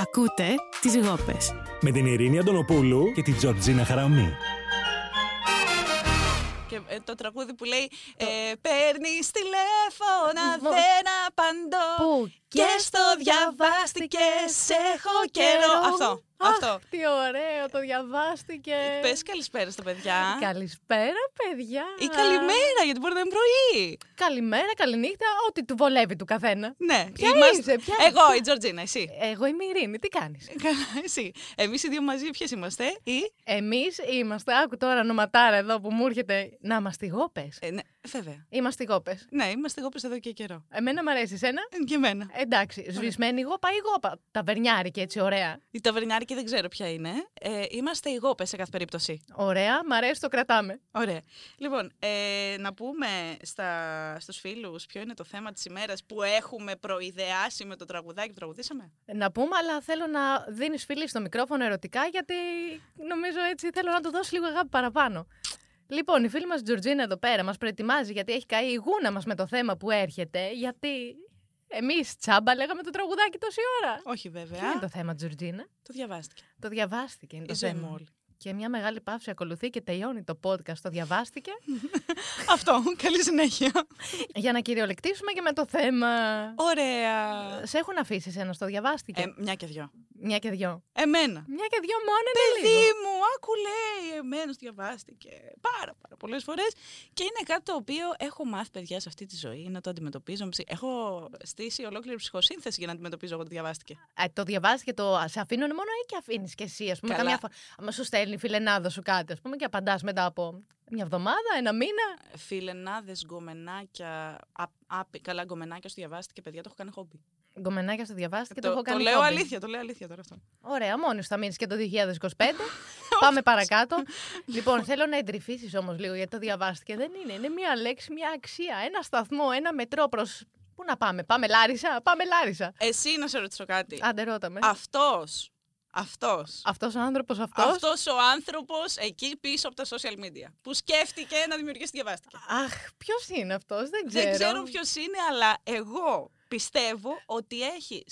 Ακούτε τις γόπες. Με την Ειρήνη Αντωνοπούλου και την Τζορτζίνα Χαραμή. Και ε, το τραγούδι που λέει ε, Παίρνεις τηλέφωνα, δεν απαντώ. Πού Και στο διαβάστηκε, έχω καιρό. Αυτό. Αυτό. Αχ, ε. τι ωραίο, το διαβάστηκε. Πες καλησπέρα στα Ε, παιδιά. Καλησπέρα, παιδιά. Ή καλημέρα, γιατί μπορεί να είναι πρωί. Καλημέρα, καληνύχτα, ό,τι του βολεύει του καθένα. Ναι, Ποια είσαι, ποια- Εγώ, η Τζορτζίνα, εσύ. Ε, Εγώ είμαι η Ειρήνη, τι κάνεις. Καλά, εσύ. Εμείς οι δύο μαζί, ποιες είμαστε, ή. Εμείς είμαστε, άκου τώρα ονοματάρα εδώ που μου έρχεται, να είμαστε γόπες. Ε, ναι, βέβαια. Είμαστε γόπες. Ναι, είμαστε γόπες εδώ και καιρό. Εμένα μ' αρέσει εσένα. Ε, Και εμένα. Εντάξει, σβησμένη γόπα ή γόπα. Ταβερνιάρικη έτσι, ωραία. Η ταβερνιάρικη δεν ξέρω ποια είναι. Ε, είμαστε οι γόπες σε κάθε περίπτωση. Ωραία, μ' αρέσει, το κρατάμε. Ωραία. Λοιπόν, ε, να πούμε στα, στους φίλους ποιο είναι το θέμα της ημέρας που έχουμε προειδεάσει με το τραγουδάκι που τραγουδήσαμε. Να πούμε, αλλά θέλω να δίνεις φίλη στο μικρόφωνο ερωτικά, γιατί νομίζω έτσι θέλω να του δώσει λίγο αγάπη παραπάνω. Λοιπόν, η φίλη μας Τζορτζίνα εδώ πέρα μας προετοιμάζει γιατί έχει καεί η γούνα μας με το θέμα που έρχεται. Γιατί εμείς τσάμπα λέγαμε το τραγουδάκι τόση ώρα. Όχι βέβαια, Ποιο είναι το το... θέμα, Τζορτζίνα. διαβάστηκε. Το διαβάστηκε. Είναι το Η ζωή θέμα. μου όλη. Και μια μεγάλη παύση ακολουθεί και τελειώνει το podcast. Το διαβάστηκε. Αυτό, καλή συνέχεια. για να κυριολεκτήσουμε και με το θέμα. Ωραία. Σε έχουν αφήσει ένα, το διαβάστηκε. Ε, μια και δυο. Μια και δυο. Εμένα. Μια και δυο μόνο είναι λίγο. Παιδί μου, άκου λέει, εμένα διαβάστηκε πάρα πάρα πολλές φορές και είναι κάτι το οποίο έχω μάθει παιδιά σε αυτή τη ζωή, να το αντιμετωπίζω. ψυ- Έχω στήσει ολόκληρη ψυχοσύνθεση για να αντιμετωπίζω εγώ το διαβάστηκε. Ε, το διαβάζει και το α, σε αφήνουν μόνο ή και αφήνεις και εσύ, ας πούμε. Καλά. Καμιά φορά. Άμα σου στέλνει η φιλενάδα σου κάτι, ας πούμε, και απαντάς μετά από μια εβδομάδα, ένα μήνα. φιλενάδες, γκομενάκια, α, άπι- καλά γκομενάκια στο διαβάστηκε, παιδιά, το έχω κάνει χόμπι. Γκομενάκια στο διαβάζει και το, έχω κάνει. λέω χόμπι. αλήθεια, Ε, το λέω αλήθεια τώρα αυτό. Ωραία, μόνος θα μείνεις και το 2025. Πάμε παρακάτω. λοιπόν, θέλω να εντρυφήσεις όμως λίγο γιατί το διαβάστηκε. Δεν είναι. Είναι μια λέξη, μια αξία. Ένα σταθμό, ένα μετρό προς. Πού να πάμε, Πάμε Λάρισα, Πάμε Λάρισα. Εσύ να σε ρωτήσω κάτι. Άντε, ρώτα με. Ε, Αυτός, αυτός, Αυτός ο άνθρωπος αυτός. αυτός ο άνθρωπος εκεί πίσω από τα social media που σκέφτηκε να δημιουργήσει το διαβάστηκε. Αχ, ποιος είναι αυτός, δεν ξέρω. Δεν ξέρω ποιος είναι, αλλά εγώ πιστεύω ότι έχει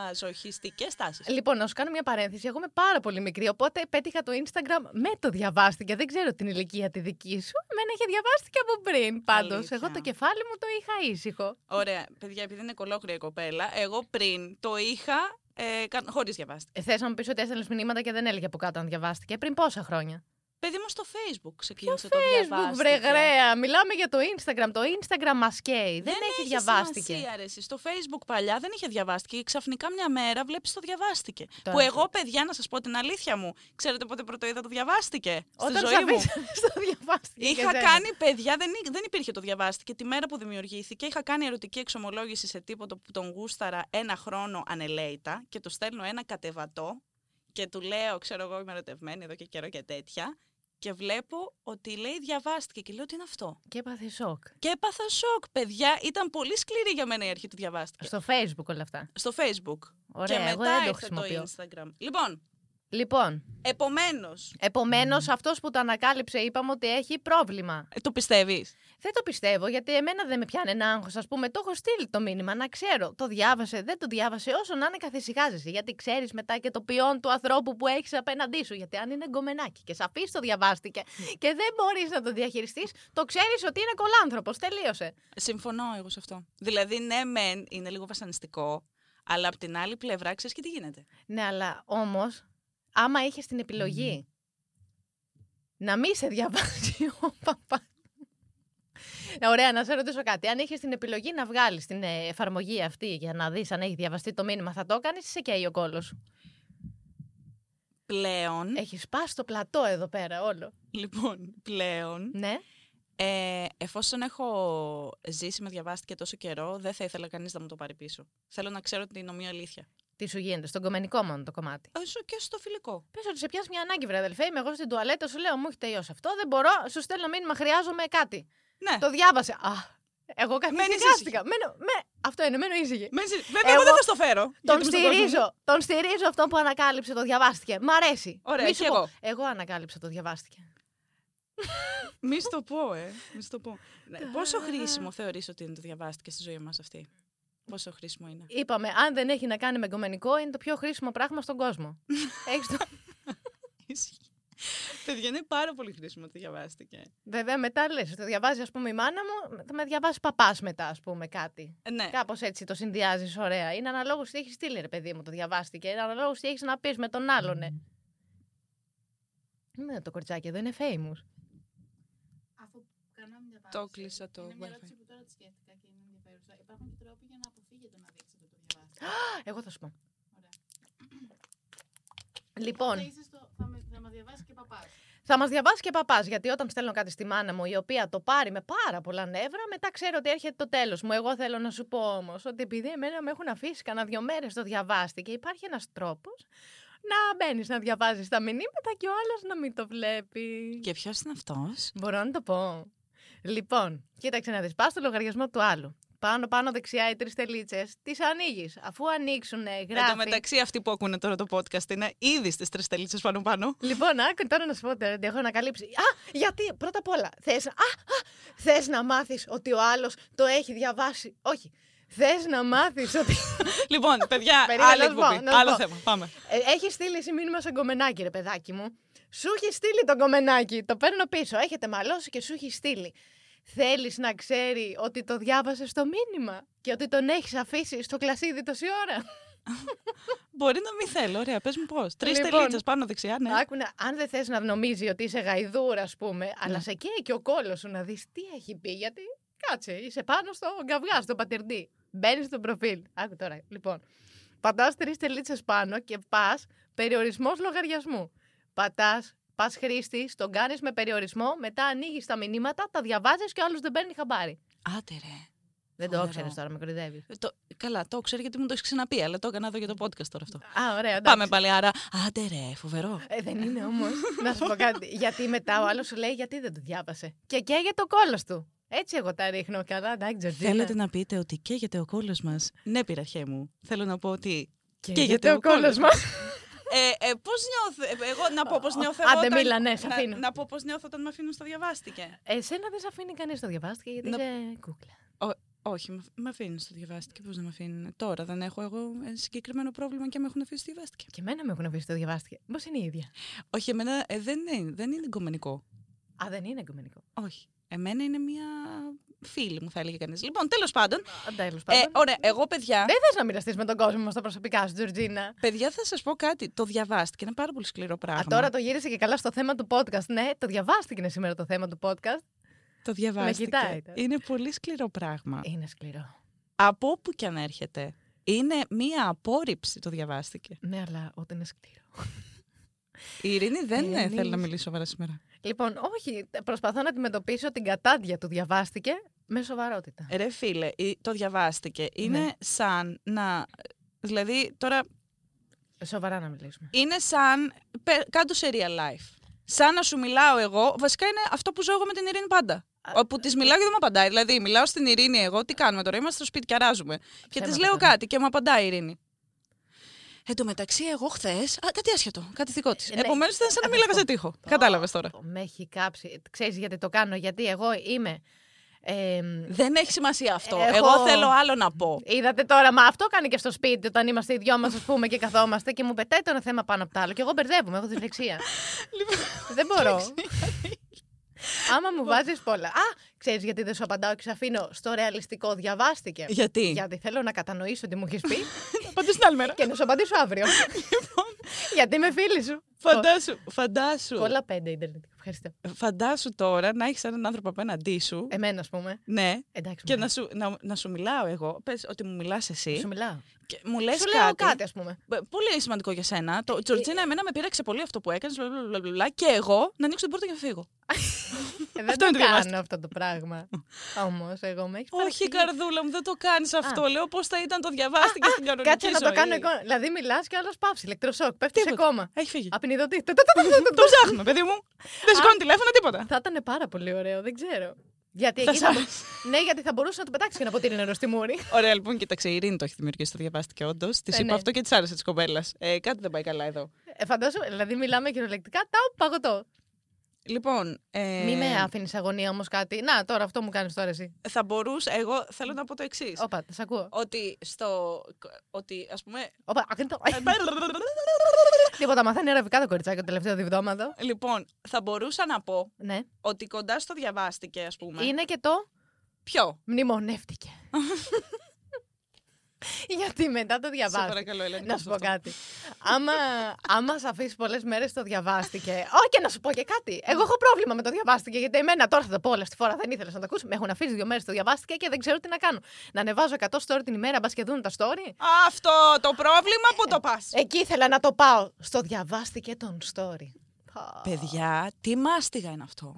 σαδομαζοχιστικές τάσεις. Λοιπόν, να σου κάνω μια παρένθεση. Εγώ είμαι πάρα πολύ μικρή, οπότε πέτυχα το Instagram με το διαβάστηκε. Δεν ξέρω την ηλικία τη δική σου. Μένα είχε διαβάστηκε από πριν. Πάντως, Αλήθεια. εγώ το κεφάλι μου το είχα ήσυχο. Ωραία, παιδιά, επειδή είναι κολόκρια η κοπέλα, εγώ πριν το είχα ε, κα- χωρίς διαβάστηκε. Θες να μου πεις ότι έστελνες μηνύματα και δεν έλεγε από κάτω αν διαβάστηκε. Ε, Πριν πόσα χρόνια. Παιδί μου στο Facebook ξεκίνησε το Facebook, διαβάστηκε. βρε γραία. Μιλάμε για το Instagram. Το Instagram μας καίει. Δεν, έχει διαβάστηκε. σημασία, ρε, εσύ. Στο Facebook παλιά δεν είχε διαβάστηκε. και Ξαφνικά μια μέρα βλέπεις το διαβάστηκε. Το που έχω. εγώ, παιδιά, να σας πω την αλήθεια μου, ξέρετε πότε πρώτο είδα το διαβάστηκε. στη Όταν ζωή μου. ψαφίσαμε στο διαβάστηκε. και Είχα δεν- κάνει, παιδιά, δεν, υ- δεν υπήρχε το διαβάστηκε. Τη μέρα που δημιουργήθηκε, είχα κάνει ερωτική εξομολόγηση σε τίποτα που τον γούσταρα ένα χρόνο ανελέητα και του στέλνω ένα κατεβατό και του λέω, ξέρω εγώ, είμαι ερωτευμένη εδώ και καιρό και τέτοια. Και βλέπω ότι λέει διαβάστηκε και λέω τι είναι αυτό. Και έπαθε σοκ. Και έπαθα σοκ, παιδιά. Ήταν πολύ σκληρή για μένα η αρχή του διαβάστηκε. Στο, Στο Facebook όλα αυτά. Facebook. Ωραία, και εγώ μετά δεν το ήρθε χρησιμοποιώ. το Instagram. Λοιπόν, Λοιπόν, επομένως. Επομένως, αυτός που το ανακάλυψε, είπαμε ότι έχει πρόβλημα. ε, Το πιστεύεις. Δεν το πιστεύω, γιατί εμένα δεν με πιάνει ένα άγχος. Ας πούμε, το έχω στείλει το μήνυμα να ξέρω. Το διάβασε, δεν το διάβασε. Όσο να είναι, καθησυχάζεσαι. Γιατί ξέρεις μετά και το ποιόν του ανθρώπου που έχεις απέναντί σου. Γιατί αν είναι γκομενάκι και σαφής το διαβάστηκε και δεν μπορείς να το διαχειριστείς, το ξέρεις ότι είναι κολάνθρωπος. Τελείωσε. Συμφωνώ εγώ σε αυτό. Δηλαδή, ναι, μεν είναι λίγο βασανιστικό, αλλά απ' την άλλη πλευρά ξέρεις και τι γίνεται. Ναι, αλλά όμως, άμα είχες την επιλογή να μη σε διαβάσει ο παπάς. Ε, Ωραία, να σε ρωτήσω κάτι. Αν είχες την επιλογή να βγάλεις την ε, εφαρμογή αυτή για να δεις αν έχει διαβαστεί το μήνυμα, θα το έκανες ή σε καίει ο κόλος. Πλέον, Έχει σπάσει το πλατό εδώ πέρα όλο. λοιπόν, πλέον, Ναι. ε, εφόσον έχω ζήσει με διαβάστηκε τόσο καιρό, δεν θα ήθελα κανείς να μου το πάρει πίσω. Θέλω να ξέρω την ομοία αλήθεια. Τι σου γίνεται, στον κομμενικό μόνο το κομμάτι. Όσο και στο φιλικό. Πες ότι σε πιάσει μια ανάγκη, βρε αδελφέ. Είμαι εγώ στην τουαλέτα, σου λέω, μου έχει τελειώσει αυτό. Δεν μπορώ, σου στέλνω μήνυμα, χρειάζομαι κάτι. Ναι. Το διάβασε. Α, εγώ καθυσυχάστηκα. ήσυχη. Μένω, με, αυτό είναι, μένω ήσυχη. Με ζη- Βέβαια, εγώ Εγώ δεν θα στο φέρω. γιατί Τον μου στον κόσμο. στηρίζω. Τον στηρίζω αυτό που ανακάλυψε, το διαβάστηκε. Μ' αρέσει. Ωραία, Μη σου και πω. εγώ. Εγώ ανακάλυψα, το διαβάστηκε. Μη στο πω, ε. Μη στο πω. Ναι, Πόσο χρήσιμο θεωρείς ότι είναι το διαβάστηκε στη ζωή μας αυτή. Πόσο χρήσιμο είναι. Είπαμε, αν δεν έχει να κάνει με εγκομενικό, είναι το πιο χρήσιμο πράγμα στον κόσμο. Έχεις το... Ισχύει. Παιδιά, είναι πάρα πολύ χρήσιμο ότι διαβάστηκε. Βέβαια, μετά λες, το διαβάζει, ας πούμε, η μάνα μου, θα με διαβάσει παπάς μετά, ας πούμε, κάτι. Ε, ναι. Κάπως έτσι το συνδυάζεις ωραία. Είναι αναλόγως τι έχεις στείλει, ρε παιδί μου, το διαβάστηκε. Είναι αναλόγως τι έχεις να πεις με τον άλλονε. Mm. Ναι, το κοριτσάκι εδώ είναι famous. Αφού κάναμε μια Το παρένθεση, κλείσα το Είναι μια wifi. ερώτηση που τώρα τη σκέφτηκα και είναι ενδιαφέρουσα. Υπάρχουν και τρόποι για να αποφύγετε να δείξετε το διαβάσετε. Εγώ θα σου πω. Ωραία. Θα, Λοιπόν, είσαι στο, θα, με, θα με διαβάσεις και παπάς. θα μας διαβάσεις και παπάς, γιατί όταν στέλνω κάτι στη μάνα μου, η οποία το πάρει με πάρα πολλά νεύρα, μετά ξέρω ότι έρχεται το τέλος μου. Εγώ θέλω να σου πω όμως ότι επειδή εμένα με έχουν αφήσει κανένα δύο μέρες το διαβάστηκε, υπάρχει ένας τρόπος να μπαίνεις να διαβάζεις τα μηνύματα και ο άλλος να μην το βλέπει. Και ποιος είναι αυτός. Μπορώ να το πω. Λοιπόν, κοίταξε να δεις. Πας στο λογαριασμό του άλλου. Πάνω, πάνω, δεξιά οι τρεις τελίτσες. Τις ανοίγεις. Αφού ανοίξουν, Εν τω γράφει. μεταξύ, αυτοί που ακούνε τώρα το podcast είναι ήδη στις τρεις τελίτσες πάνω-πάνω. Λοιπόν, άκου τώρα να σου πω τώρα τι έχω ανακαλύψει. Α, γιατί πρώτα απ' όλα θες, α, α, θες να μάθεις ότι ο άλλος το έχει διαβάσει. Όχι, θες να μάθεις ότι... λοιπόν, παιδιά, Περίμενε, άλλη να σου πω, εκπομπή. να σου Άλλο πω. θέμα. Πάμε. Ε, έχεις στείλει εσύ μήνυμα σε κομμενάκι, ρε παιδάκι μου. Σου έχει στείλει το κομμενάκι. Το παίρνω πίσω. Έχετε μαλώσει και σου έχει στείλει. Θέλεις να ξέρει ότι το διάβασες το μήνυμα και ότι τον έχεις αφήσει στο κλασίδι τόση ώρα. Μπορεί να μην θέλω. Ωραία, πες μου πώς. Τρεις Λοιπόν. τελίτσε πάνω δεξιά, ναι. Άκουνα, αν δεν θες να νομίζει ότι είσαι γαϊδούρα, ας πούμε, αλλά σε καίει και ο κόλος σου να δεις τι έχει πει, γιατί κάτσε, είσαι πάνω στο καυγά, στο πατερντή. Μπαίνεις στο προφίλ. Άκου τώρα, λοιπόν. Πατάς τρεις τελίτσες πάνω και πας περιορισμός λογαριασμού. Πατάς, πας χρήστη, τον κάνεις με περιορισμό, μετά ανοίγεις τα μηνύματα, τα διαβάζεις και ο άλλος δεν παίρνει χαμπάρι. Άντε ρε. Δεν το Φοβερό. ήξερες τώρα, με κορυδεύεις. Το... Καλά, το ξέρω γιατί μου το έχεις ξαναπεί, αλλά το έκανα εδώ για το podcast τώρα αυτό. Α, ωραία, εντάξει. Πάμε πάλι, άρα. Άντε ρε, φοβερό. Ε, δεν είναι όμως. να σου πω κάτι. Γιατί μετά ο άλλος σου λέει γιατί δεν το διάβασε. Και καίγεται το κόλλο του. Έτσι εγώ τα ρίχνω. Καλά, εντάξει, Τζορτζίνα. Θέλετε να πείτε ότι καίγεται ο κόλος μας. Ναι, πειραχέ μου. Θέλω να πω ότι. Καίγεται ο κόλλο μας. Ε, ε, πώς νιώθω. Εγώ να πω πώς νιώθω. Άντε, εγώ όταν- μίλα, ναι, σ' να- αφήνω. Να, πω πώς νιώθω όταν με αφήνουν στο διαβάστηκε. Εσένα δεν σε αφήνει κανείς το διαβάστηκε γιατί Να- είσαι κούκλα. Όχι, με- με αφήνουν στο διαβάστηκε. Πώς να με αφήνουν. Τώρα δεν έχω εγώ ε, συγκεκριμένο πρόβλημα και με έχουν αφήσει στο διαβάστηκε. Και εμένα με έχουν αφήσει το διαβάστηκε. Πώς είναι η ίδια. Όχι, εμένα ε, δεν, είναι, δεν είναι εγκομενικό. Α, δεν είναι εγκομενικό. Όχι. Εμένα είναι μια φίλη μου, θα έλεγε κανείς. Λοιπόν, τέλος πάντων. Ναι. Τέλο Ε, πάντων. ωραία, εγώ παιδιά. Δεν θες να μοιραστείς με τον κόσμο μας τα προσωπικά σου, Τζορτζίνα. Παιδιά, θα σας πω κάτι. Το διαβάστηκε. Είναι πάρα πολύ σκληρό πράγμα. Α, τώρα το γύρισε και καλά στο θέμα του podcast. Ναι, το διαβάστηκε είναι σήμερα το θέμα του podcast. το διαβάστηκε. κοιτάει τώρα. Είναι πολύ σκληρό πράγμα. Είναι σκληρό. από όπου και αν έρχεται. Είναι μία απόρριψη, το διαβάστηκε. Ναι, αλλά όταν είναι σκληρό. Η Ειρήνη δεν ε, Ειρήνη. θέλει να μιλήσει σοβαρά σήμερα. Λοιπόν, όχι, προσπαθώ να αντιμετωπίσω την κατάντια του διαβάστηκε με σοβαρότητα. Ρε φίλε, η- το διαβάστηκε. Είναι Ναι. σαν να... Δηλαδή, τώρα, Σοβαρά να μιλήσουμε. είναι σαν... πε- Κάντο σε real life. Σαν να σου μιλάω εγώ. Βασικά είναι αυτό που ζω εγώ με την Ειρήνη πάντα. Όπου της μιλάω και δεν μου απαντάει. Δηλαδή, μιλάω στην Ειρήνη εγώ, τι κάνουμε τώρα, είμαστε στο σπίτι και αράζουμε. Και τη Ψέματα λέω κάνουμε. κάτι και μου απαντάει η Ειρήνη. Εν τω μεταξύ, εγώ χθες. Κάτι άσχετο, κάτι δικό της. Ε, ναι. Επομένως, ήταν σαν να Ε, μίλαγα σε αυτό. τείχο. Κατάλαβες τώρα. Με έχει κάψει. Ξέρεις γιατί το κάνω, γιατί εγώ είμαι... Ε, Δεν έχει σημασία αυτό. Έχω- Εγώ θέλω άλλο να πω. είδατε τώρα, μα αυτό κάνει και στο σπίτι όταν είμαστε οι δυο μας ας πούμε και καθόμαστε και μου πετάει το ένα θέμα πάνω από το άλλο και εγώ μπερδεύομαι, έχω δυσλεξία. Λοιπόν, δεν μπορώ. Άμα μου βάζεις πολλά. Α, ξέρεις γιατί δεν σου απαντάω και σε αφήνω στο ρεαλιστικό διαβάστηκε. Γιατί. Γιατί θέλω να κατανοήσω τι μου έχεις πει Παντού στην άλλη μέρα. και να σου απαντήσω αύριο. Λοιπόν. γιατί είμαι φίλη σου. Φαντάσου, φαντάσου, Κόλλα πέντε Ιντερνετ. Ευχαριστώ. φαντάσου τώρα να έχεις έναν άνθρωπο απέναντί σου. Εμένα, ας πούμε. Ναι. Εντάξει. Και μου να σου, να, να σου μιλάω εγώ. Πες ότι μου μιλάς λέει. Σου εσύ. μιλάω. Και μου λες Σου κάτι. λέω κάτι, Ε, ας πούμε. Ε, Πολύ σημαντικό για σένα. Το Τζορτζίνα, εμένα με πείραξε πολύ αυτό που έκανες. Και εγώ να ανοίξω την πόρτα και να φύγω. Ε, Αυτό δεν το είναι το διαβάστηκε. κάνω αυτό το πράγμα. Όμως, εγώ με έχεις Όχι, καρδούλα μου, δεν το κάνεις αυτό. Λέω πώς θα ήταν το διαβάστηκες στην κανονική Κάτσε να το ζωή. κάνω εικόνα. Δηλαδή, μιλάς και άλλος πάψει. Ηλεκτροσόκ. Πέφτεις σε Τίποτα. κόμμα. Έχει φύγει. Απεινιδωτή. Το ψάχνω, παιδί μου. Δεν σηκώνει τηλέφωνα, τίποτα. Θα ήταν πάρα πολύ ωραίο, δεν ξέρω. Γιατί Θα εκεί θα... σ' ναι, γιατί θα μπορούσε να του πετάξει και ένα ποτήρι νερό στη μούρη. Ωραία, λοιπόν, κοίταξε. Η Ειρήνη το έχει δημιουργήσει, το διαβάστηκε όντως. Της Ε, είπα ναι. αυτό και της άρεσε της κοπέλας. Ε, κάτι δεν πάει καλά εδώ. Ε, φαντάσου, δηλαδή μιλάμε κυριολεκτικά, τα παγωτό. Λοιπόν. Ε, Μη με αφήνει αγωνία όμως κάτι. Να, τώρα αυτό μου κάνεις τώρα εσύ. Θα μπορούσα. Εγώ θέλω να πω το εξής. Όπα, σε ακούω. Ότι στο. Ότι ας πούμε. Όπα, ακριτό. Ε, Τίποτα, μαθαίνει Λοιπόν, αραβικά το κοριτσάκι το τελευταίο διβδόματο. λοιπόν, θα μπορούσα να πω Ναι. ότι κοντά στο διαβάστηκε, ας πούμε. Είναι και το Ποιο. μνημονεύτηκε. Γιατί μετά το Σε διαβάστηκε. παρακαλώ, Ελένη. Να πες σου πω αυτό. κάτι. Άμα, άμα σε αφήσει πολλές μέρες το διαβάστηκε. Όχι, και να σου πω και κάτι. Εγώ έχω πρόβλημα με το διαβάστηκε. Γιατί εμένα τώρα θα τα πω όλα στη φορά. Δεν ήθελα να τα ακούσω. Με έχουν αφήσει δύο μέρες το διαβάστηκε και δεν ξέρω τι να κάνω. Να ανεβάζω 100 story την ημέρα, μπας και δουν τα story. Αυτό το πρόβλημα που το πας. Εκεί ήθελα να το πάω. Στο διαβάστηκε των story. Πα. Παιδιά, τι μάστιγα είναι αυτό.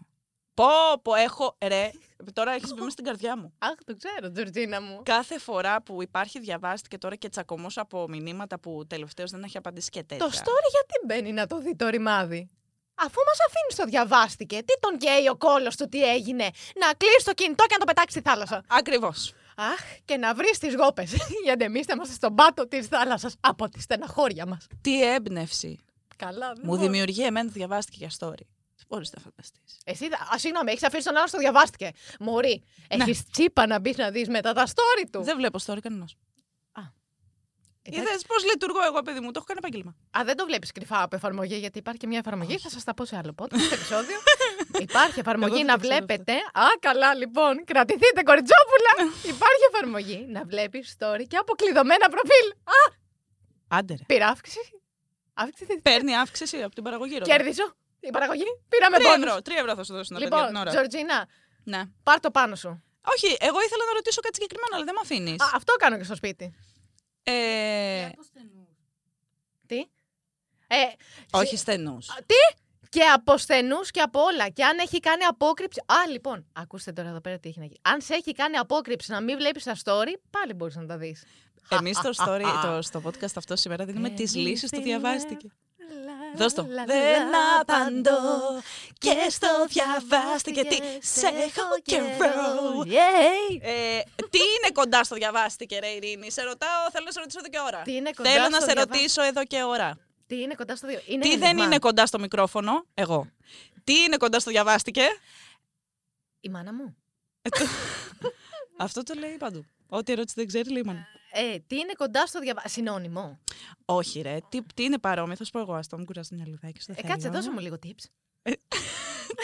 Πω, πω, έχω. Ρε, τώρα έχεις μπει μέσα στην καρδιά μου. Αχ, το ξέρω, Τζορτζίνα μου. Κάθε φορά που υπάρχει διαβάστηκε τώρα και τσακωμός από μηνύματα που τελευταίως δεν έχει απαντήσει και τέτοια. Το story γιατί μπαίνει να το δει το ρημάδι. Αφού μας αφήνεις το διαβάστηκε, τι τον καίει ο κόλος του, τι έγινε. Να κλείσεις το κινητό και να το πετάξεις στη θάλασσα. Ακριβώς. Αχ, και να βρεις τις γόπες. Γιατί εμείς θα είμαστε στον πάτο της θάλασσας από τη στεναχώρια μας. Τι έμπνευση. Καλά, δεν Μου μπορώ. δημιουργεί εμένα το διαβάστηκε για story. Δεν μπορείς να φανταστείς. Εσύ, θα- α, συγγνώμη, έχεις αφήσει τον άλλο στο διαβάστηκε. Μωρή, έχεις τσίπα να μπεις να δεις μετά τα story του. Δεν βλέπω story κανένας. Εντάξει. Είδε πώς λειτουργώ εγώ, παιδί μου, το έχω κάνει επάγγελμα. Α, δεν το βλέπεις κρυφά από εφαρμογή, γιατί υπάρχει και μια εφαρμογή. Θα σας τα πω σε άλλο podcast, σε επεισόδιο. υπάρχει Εγώ εφαρμογή δεν να το ξέρω αυτό. βλέπετε. Α, καλά, λοιπόν. Κρατηθείτε, κοριτσόπουλα. υπάρχει εφαρμογή να βλέπεις story και αποκλειδωμένα προφίλ. Α, Άντε ρε. πήρα αύξηση. Αύξηση. Παίρνει αύξηση από την παραγωγή. ρωτάω. Κέρδισα. Η παραγωγή. Πήραμε Τρία πόνους. ευρώ, τρία ευρώ θα σου δώσω Ναι, να λοιπόν, για την Λοιπόν, ώρα. Τζορτζίνα, Ναι. πάρ το πάνω σου. Όχι, εγώ ήθελα να ρωτήσω κάτι συγκεκριμένο, αλλά δεν με αφήνεις. Α, αυτό κάνω και στο σπίτι. Ε, Ε, από στενούς. Τι. Ε, όχι στενού. Και από στενούς και από όλα. Και αν έχει κάνει απόκρυψη. Α, λοιπόν, ακούστε τώρα εδώ πέρα τι έχει να γίνει. Αν σε έχει κάνει απόκρυψη να μην βλέπεις τα story, πάλι μπορείς να τα δεις. Εμείς στο, story, το, στο podcast αυτό σήμερα δίνουμε Ε, τις λύσει του διαβάστηκε. Δώσ' το. Δεν απαντώ και στο διαβάστηκε. Τι σε έχω καιρό. Ε, τι είναι κοντά στο διαβάστηκε, ρε Ειρήνη. Σε ρωτάω, θέλω να σε ρωτήσω εδώ και ώρα. Τι είναι κοντά Θέλω στο να σε διαβά- Ναι, ρωτήσω εδώ και ώρα. Τι είναι κοντά στο δύο. Είναι Τι δεν ενigma. είναι κοντά στο μικρόφωνο, εγώ. Τι είναι κοντά στο διαβάστηκε. Η μάνα μου. Αυτό το λέει παντού. Ό,τι ερώτηση δεν ξέρει, λέει η μάνα. Ε, τι είναι κοντά στο διαβάστηκε. Συνώνυμο. Όχι, ρε. Τι, τι είναι παρόμοιο, θα σου πω εγώ. Ας το μου κουράσει μια λιδάκι. στο Ε, θέλω. κάτσε, δώσε μου λίγο tips.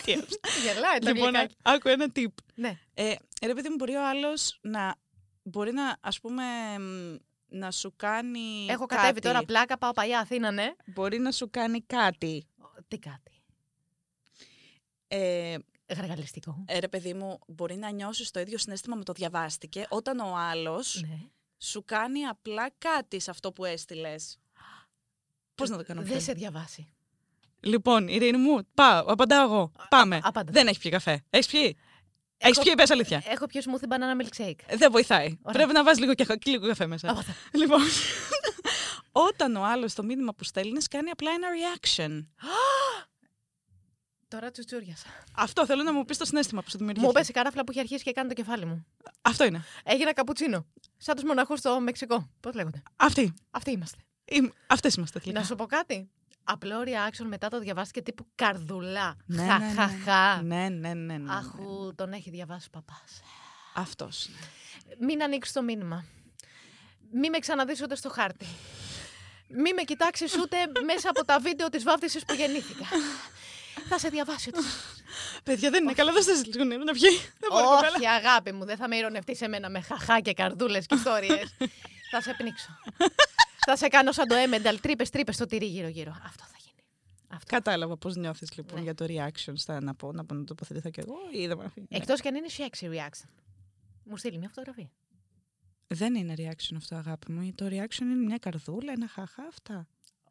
Τι έψα. Γελάει το λοιπόν, γλυκάκι. άκου ένα tip. Ναι. Ε, ρε παιδί μου, μπορεί ο άλλος να. Μπορεί να, ας πούμε, μ, να σου κάνει. Έχω ε, κάτι. κατέβει τώρα πλάκα, πάω παλιά Αθήνα, ναι. Μπορεί να σου κάνει κάτι. Τι κάτι. Ε, Γαργαλιστικό. ε, ρε παιδί μου, μπορεί να νιώσεις το ίδιο συνέστημα με το διαβάστηκε όταν ο άλλος Ναι. σου κάνει απλά κάτι σε αυτό που έστειλες. Πώς να το κάνω Δεν αυτό. σε διαβάσει. Λοιπόν, Ειρήνη μου, πάω, απαντάω εγώ. Πάμε. απάντα. Δεν έχεις πιει καφέ. Έχεις πιει. Έχεις πιει, πες αλήθεια. Έχω Ε, πιο smoothie banana milkshake. Δεν βοηθάει. Πρέπει να βάζεις λίγο, και, και λίγο καφέ μέσα. Από τα- Λοιπόν, όταν ο άλλος το μήνυμα που στέλνεις κάνει απλά ένα reaction. Τώρα τσουτσούριασα. Αυτό θέλω να μου πεις το συνέστημα που σου Μου δημιουργήθηκε. πέσει η καράφλα που είχε αρχίσει και κάνει το κεφάλι μου. Αυτό είναι. Έγινα καπουτσίνο. Σαν τους μοναχούς στο Μεξικό. Πώς λέγονται. Αυτοί. Αυτοί είμαστε. Αυτές είμαστε τελικά. Να σου πω κάτι. Απλό reaction μετά το διαβάστηκε τύπου καρδουλά. Ναι, ναι, ναι. Χαχαχά. Ναι, ναι, ναι. ναι, ναι. Αχού, τον έχει διαβάσει παπάς. Αυτός. Μην ανοίξεις το μήνυμα. Μην με ξαναδείς ούτε στο χάρτη. Μην με κοιτάξεις ούτε μέσα από τα βίντεο της βάφτισης που γεννήθηκα. Θα σε διαβάσει ότι. Παιδιά δεν είναι καλά, δώστε σας λίγο νερό να πιει. Δεν μπορεί κοπέλα. Όχι, αγάπη μου, δεν θα με ηρωνευτείς σε μένα με χαχά και καρδούλες και ιστορίες. θα σε πνίξω. θα σε κάνω σαν το έμενταλ, τρύπες τρύπες στο τυρί γύρω-γύρω. Αυτό θα γίνει. Αυτό. Κατάλαβα πώς νιώθεις Ναι. λοιπόν για το reaction. Στα να πω, να πω να τοποθετηθώ κι εγώ ή δεν Ναι. με αφήνει. Εκτό και αν είναι sexy reaction. Μου στείλει μια φωτογραφία. Δεν είναι reaction αυτό, αγάπη μου. Το reaction είναι μια καρδούλα, ένα χαχά, αυτά.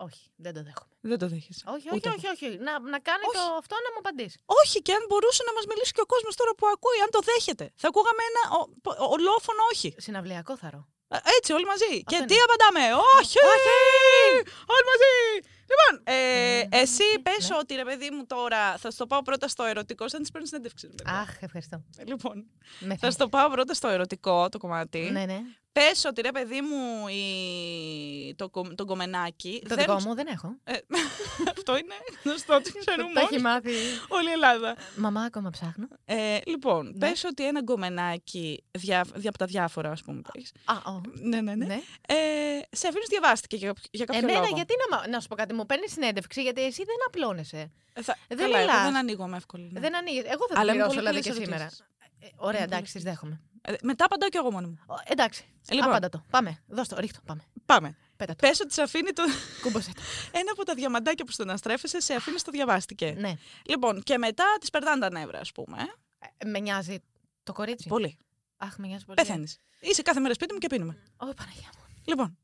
Όχι, δεν το δέχομαι. Δεν το δέχεσαι. Όχι, Ούτε όχι, εγώ. όχι. όχι. Να, να κάνει Όχι. το αυτό να μου απαντήσει. Όχι, και αν μπορούσε να μας μιλήσει και ο κόσμος τώρα που ακούει, αν το δέχεται. Θα ακούγαμε ένα ο, πο- ολόφωνο όχι. Συναυλιακό θαρώ. Ε, Έτσι, όλοι μαζί. Και είναι. τι απαντάμε, Όχι! Όλοι μαζί! Λοιπόν, Ναι, ε, εσύ πες ότι ρε παιδί μου τώρα θα στο πάω πρώτα στο ερωτικό, σαν τη παίρνεις συνέντευξη. ρε παιδί μου. Αχ, ευχαριστώ. Λοιπόν, Με θα στο πάω πρώτα στο ερωτικό το κομμάτι. Ναι, ναι. Πες ότι ρε παιδί μου η... το, κομ- το κομμενάκι. Το δεν- δικό μου δεν έχω. Ε, αυτό είναι γνωστό, το ξέρουμε Τα έχει όλοι. μάθει. όλη η Ελλάδα. Μαμά, ακόμα ψάχνω. Ε, λοιπόν, Ναι. πες ότι ένα γκομενάκι δια, δια, από τα διάφορα, ας πούμε. που έχεις. Α, ο. Ναι, ναι, ναι. Ναι. Ε, σε αφήνεις διαβάστηκε για, για κάποιο Εμένα, λόγο. γιατί να, μα- να σου πω κάτι, μου παίρνεις συνέντευξη, γιατί εσύ δεν απλώνεσαι. Ε, θα- δεν καλά, εγώ μιλάς. δεν ανοίγω με εύκολη. ναι. Δεν ανοίγεις. Εγώ θα Αλλά την είναι πληρώσω πολύ δηλαδή και καλές σήμερα. ερωτήσεις. Ε, Ωραία, Είναι εντάξει, πολύ τι δέχομαι. Ε, μετά απαντάω και εγώ μόνη μου. Ο, εντάξει. Λοιπόν. Απάντα το. Πάμε. Δώσ' το, ρίχτω. Πάμε. Πάμε. Πέτα το. Πες ότι σε αφήνει το... Κούμπωσε το. ένα από τα διαμαντάκια που στον αστρέφεσαι, σε αφήνει στο διαβάστηκε. ναι. Λοιπόν, και μετά της περνάνε τα νεύρα, ας πούμε. ε. Ε, Με νοιάζει το κορίτσι. Πολύ. Αχ, με νοιάζει πολύ. Πεθαίνεις. Είσαι κάθε μέρα σπίτι μου και πίνουμε. Ω, Παναγία μου. Λοιπόν.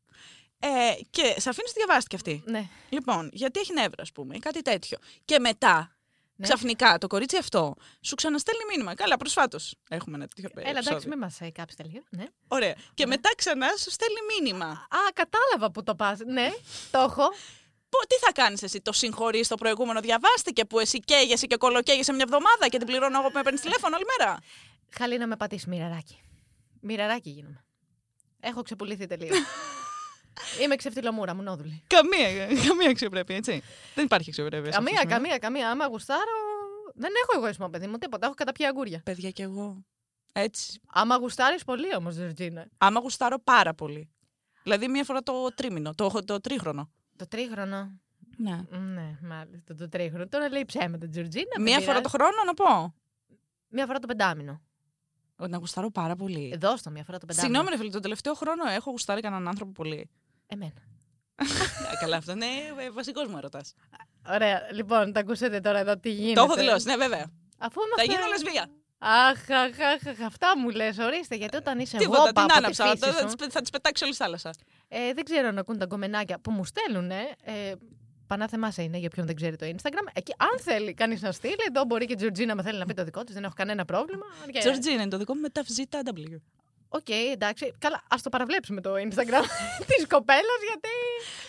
Ε, και σε αφήνει στη διαβάστηκε αυτή. Ναι. Λοιπόν, γιατί έχει νεύρα, ας πούμε, ή κάτι τέτοιο. Και μετά, Ναι. ξαφνικά, το κορίτσι αυτό σου ξαναστέλνει μήνυμα. Καλά, προσφάτως έχουμε ένα τέτοιο Έλα, εντάξει, επεισόδιο. μην μας κάψει τελείω. Ναι. Ωραία. Και Ναι. μετά ξανά σου στέλνει μήνυμα. Α, κατάλαβα που το πας. Ναι, το έχω. Πω, τι θα κάνεις εσύ, το συγχωρείς το προηγούμενο διαβάστηκε που εσύ καίγεσαι και κολοκαίγεσαι μια εβδομάδα και την πληρώνω εγώ που με παίρνεις τηλέφωνο όλη μέρα. Χαλή να με πατήσεις μοιραράκι. Μοιραράκι γίνομαι. Έχω ξεπουληθεί τελείως. Είμαι ξεφτυλομούρα, μονόδουλη. Καμία, καμία αξιοπρέπεια, έτσι. Δεν υπάρχει αξιοπρέπεια. σε αυτό ναι. το Καμία, σημείο. καμία, καμία. Άμα γουστάρω. Δεν έχω εγωισμό, παιδί μου, τίποτα. Έχω καταπιεί αγκούρια. Παιδιά κι εγώ. Έτσι. Άμα γουστάρεις πολύ όμως, Ζερτζίνα. Άμα γουστάρω πάρα πολύ. Δηλαδή μία φορά το τρίμηνο, το, το τρίχρονο. Το τρίγωνο. Ναι. Ναι, μάλιστα. Το τρίγωνο. Τώρα λέει ψέματα, Τζορτζίνα. Μία φορά το χρόνο να πω. Μία φορά το πεντάμινο. Ότι να γουστάρω πάρα Ε, πολύ. δώσ' το μία φορά το πεντάμινο. Συγγνώμη, ρε φίλε, τον τελευταίο χρόνο έχω γουστάρει κανέναν άνθρωπο πολύ. Εμένα. Ναι, καλά, αυτό είναι βασικός μου ερωτάς. Ωραία, λοιπόν, τα ακούσατε τώρα εδώ τι γίνεται. Το έχω δηλώσει, ναι, βέβαια. Αφού Θα είμαστε... γίνω λεσβία. Αχ, αχ, αχ, αχ, αυτά μου λες, ορίστε. Γιατί όταν είσαι εγώ Τίποτα, από την τη άναψα. φύση Τώρα Θα σου, τις πε- θα τη πετάξω όλη στη θάλασσα. ε, δεν ξέρω αν ακούν τα κομμενάκια που μου στέλνουν. Ε, Πανάθεμά σε είναι για όποιον δεν ξέρει το Instagram. Εκεί, αν θέλει κανείς να στείλει, εδώ μπορεί και η Τζορτζίνα, με θέλει να πει το δικό της, δεν έχω κανένα πρόβλημα. Και- Τζορτζίνα είναι το δικό μου με τα ZW. Οκ, εντάξει. Καλά, ας το παραβλέψουμε το Instagram της κοπέλας, γιατί.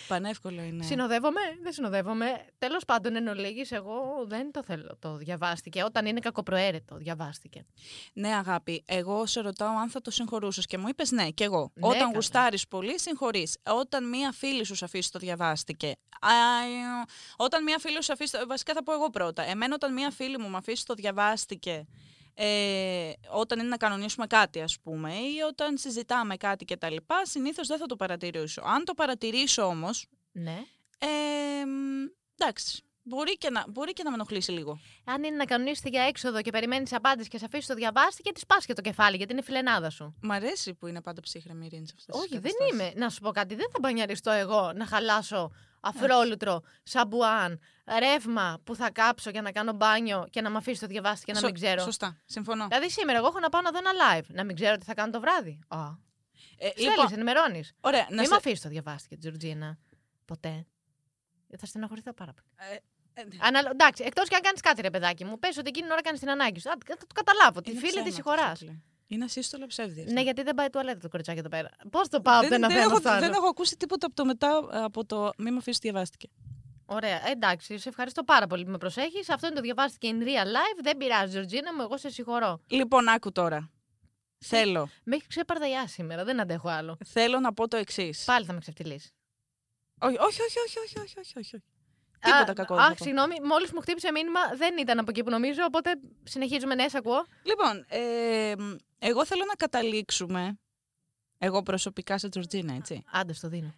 Πανεύκολο είναι. Συνοδεύομαι, δεν συνοδεύομαι. Τέλος πάντων, εν ολίγης, εγώ δεν το θέλω. Το διαβάστηκε. Όταν είναι κακοπροαίρετο, διαβάστηκε. Ναι, αγάπη, εγώ σε ρωτάω αν θα το συγχωρούσες και μου είπες ναι, και εγώ. Ναι, Όταν καλά. γουστάρεις πολύ, συγχωρείς. Όταν μία φίλη σου σε αφήσει το διαβάστηκε. Α, ε, όταν μία φίλη σου σε αφήσει. το- Βασικά θα πω εγώ πρώτα. Εμένα, όταν μία φίλη μου με αφήσει το διαβάστηκε. Ε, όταν είναι να κανονίσουμε κάτι ας πούμε ή όταν συζητάμε κάτι και τα λοιπά συνήθως δεν θα το παρατηρήσω αν το παρατηρήσω όμως Ναι. ε, μ, εντάξει μπορεί και, να, μπορεί και να με ενοχλήσει λίγο Αν είναι να κανονίσετε για έξοδο και περιμένεις απάντηση και σε αφήσεις το διαβάστηκε, της πας και το κεφάλι, γιατί είναι φιλενάδα σου. Μ' αρέσει που είναι πάντα ψύχρεμη η Ειρήνη σε αυτές τις Όχι, δεν καταστάσεις. είμαι. Να σου πω κάτι, δεν θα μπανιαριστώ εγώ να χαλάσω αφρόλουτρο, σαμπουάν, ρεύμα που θα κάψω για να κάνω μπάνιο και να με αφήσει το διαβάστηκε να Σω- μην ξέρω. Σωστά, συμφωνώ. Δηλαδή σήμερα εγώ έχω να πάω να δω ένα live, να μην ξέρω τι θα κάνω το βράδυ. Α, Ε, λοιπόν, ενημερώνεις. ωραία, να Μην σε... με αφήσεις το διαβάστηκε, Τζορτζίνα. Ποτέ. Ε, Θα στεναχωρηθώ πάρα πολύ. ε, ναι. Ανα... Εντάξει, εκτός και αν κάνεις κάτι, ρε παιδάκι μου. Πες ότι εκείνη την ώρα κάνεις την ανάγκη σου. Α, θα το καταλάβω. Τη Είναι φίλη τη ψέματα, συγχωρά. φίλε. Είναι ασύστολα ψεύδια. Ναι, γιατί δεν πάει τουαλέτα το κοριτσάκι εδώ πέρα. Πώς το πάω από το δεν, ένα δεν, θέμα έχω, στο άλλο. δεν έχω ακούσει τίποτα από το μετά από το μη με αφήσει διαβάστηκε. Ωραία, εντάξει, σε ευχαριστώ πάρα πολύ που με προσέχεις. Αυτό είναι το διαβάστηκε in real life. Δεν πειράζει, Τζορτζίνα μου, εγώ σε συγχωρώ. Λοιπόν, άκου τώρα. Θέλω, Με έχει ξεπαρδαγιά σήμερα, δεν αντέχω άλλο. θέλω να πω το εξής. Πάλι θα με ξεφτυλίσει. Όχι, όχι, όχι, όχι, όχι, όχι, όχι, όχι. Τίποτα Α, κακό. δεν θα Αχ, πω. συγγνώμη, μόλις μου χτύπησε μήνυμα, δεν ήταν από εκεί που νομίζω, οπότε συνεχίζουμε ναι, σε ακούω. Λοιπόν, ε, μ, εγώ θέλω να καταλήξουμε. Εγώ προσωπικά σε Τζορτζίνα, έτσι. Άντε, στο δίνω.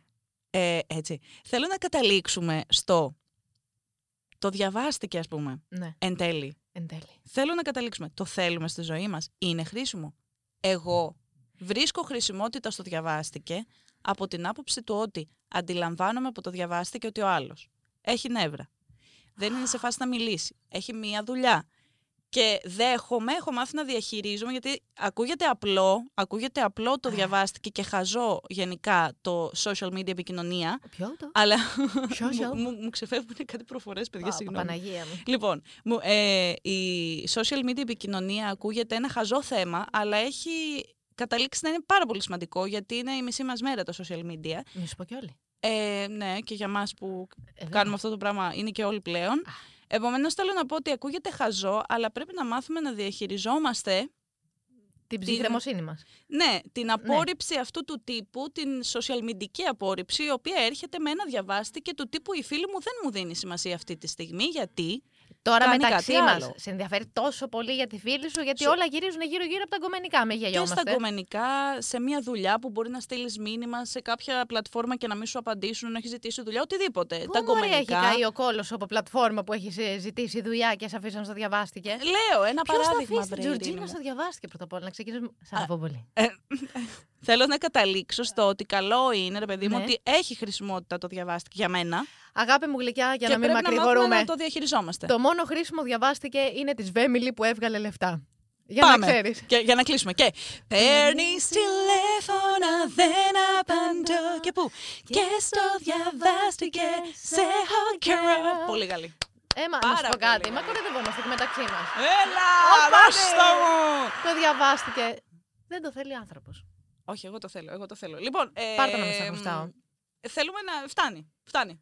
Ε, έτσι. Θέλω να καταλήξουμε στο. Το διαβάστηκε, ας πούμε, Ναι, εν τέλει. εν τέλει. θέλω να καταλήξουμε. Το θέλουμε στη ζωή μας. Είναι χρήσιμο. Εγώ βρίσκω χρησιμότητα στο διαβάστηκε από την άποψη του ότι αντιλαμβάνομαι από το διαβάστηκε ότι ο άλλος έχει νεύρα. Δεν είναι σε φάση να μιλήσει. Έχει μία δουλειά. Και δέχομαι, έχω μάθει να διαχειρίζομαι, γιατί ακούγεται απλό, ακούγεται απλό το Α. διαβάστηκε και χαζό γενικά το social media επικοινωνία, Ποιο το. αλλά μου, Social. μου, μου ξεφεύγουν κάτι προφορές, παιδιά, Α, συγγνώμη. Παναγία μου. Λοιπόν, μου- ε, η social media επικοινωνία ακούγεται ένα χαζό θέμα, αλλά έχει καταλήξει να είναι πάρα πολύ σημαντικό, γιατί είναι η μισή μας μέρα τα social media. Μη σου πω κι όλοι. Ε, ναι, και για μας που Ε, βέβαια. κάνουμε αυτό το πράγμα είναι και όλοι πλέον. Επομένως, θέλω να πω ότι ακούγεται χαζό, αλλά πρέπει να μάθουμε να διαχειριζόμαστε Την ψυχραιμοσύνη μας. Ναι, την απόρριψη αυτού του τύπου, την social media απόρριψη, η οποία έρχεται με ένα διαβάστη και του τύπου η φίλη μου δεν μου δίνει σημασία αυτή τη στιγμή, γιατί. Τώρα Κάνει μεταξύ κάτι μας, άλλο. σε ενδιαφέρει τόσο πολύ για τη φίλη σου, γιατί Σε- όλα γυρίζουν γύρω-γύρω από τα γκομενικά. Με Και στα γελιόμαστε. κομμενικά, σε μια δουλειά που μπορεί να στείλεις μήνυμα σε κάποια πλατφόρμα και να μην σου απαντήσουν, να έχεις ζητήσει δουλειά, οτιδήποτε. Πού τα μωρέ έχει κομμενικά. καεί ο κόλος από πλατφόρμα που έχεις ζητήσει δουλειά και σε αφήσαν στο διαβάστηκε. Λέω ένα Ποιος θα Ε, παράδειγμα, αφήσει βρε, την Ειρήνη Τζορτζίνα μου. Ε, στο διαβάστηκε πρώτα απ' όλα, να ξεκινήσουμε. Σα αγαπώ πολύ. Θέλω να καταλήξω στο ότι καλό είναι, ρε παιδί μου, Ε. Ναι. ότι έχει χρησιμότητα το διαβάστηκε για μένα. Αγάπη μου γλυκιά, για και να μην πρέπει να μάθουμε μακρηγορούμε. να το διαχειριζόμαστε. Το μόνο χρήσιμο διαβάστηκε είναι της Βέμιλη που έβγαλε λεφτά. Για Πάμε. να ξέρεις. Και, για να κλείσουμε. Και. Παίρνεις τηλέφωνα, δεν απαντώ. Και πού. Και στο διαβάστηκε σε έχω καιρό. Πολύ καλή. Ε, μα, να Πάρα σου πω πολύ κάτι. καλή. Μα κοροϊδευόμαστε και μεταξύ μας. Έλα, Ωπα, δώστο ρε. μου. Το διαβάστηκε. Δεν το θέλει άνθρωπος. Όχι, εγώ το θέλω, εγώ το θέλω. Λοιπόν, ε, Πάρτα να με στα χρωστάω. Θέλουμε να... Φτάνει, φτάνει.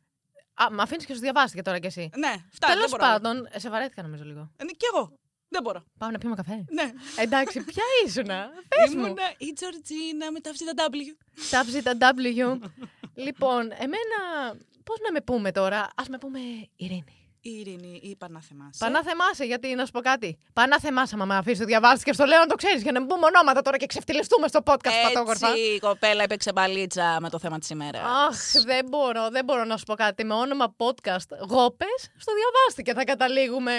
Α, με αφήνεις και σου διαβάστηκε τώρα κι εσύ. Ναι, φτάνει, δεν Τέλος μπορώ. πάντων, σε βαρέθηκα νομίζω λίγο. Ε, ναι, Κι εγώ. Δεν μπορώ. Πάμε να πιούμε καφέ. Ναι. Εντάξει, ποια ήσουνα. Πες μου. Ήμουνα η Τζορτζίνα με τα FTW. Τάψη τα W. λοιπόν, εμένα. Πώς να με πούμε τώρα, ας με πούμε Ειρήνη. Η Ειρήνη, η Πανάθεμά. σε. Πανάθεμάσαι, γιατί να σου πω κάτι. Πανάθεμάσαι, μα με αφήσεις το διαβάστηκε στο λέω να το ξέρεις για να μην πούμε ονόματα τώρα και ξεφτυλιστούμε στο podcast πατόγορφα. Έτσι, η κοπέλα έπαιξε μπαλίτσα με το θέμα της ημέρας. Αχ, δεν μπορώ, δεν μπορώ να σου πω κάτι. Με όνομα podcast γόπες, στο διαβάστηκε θα καταλήγουμε.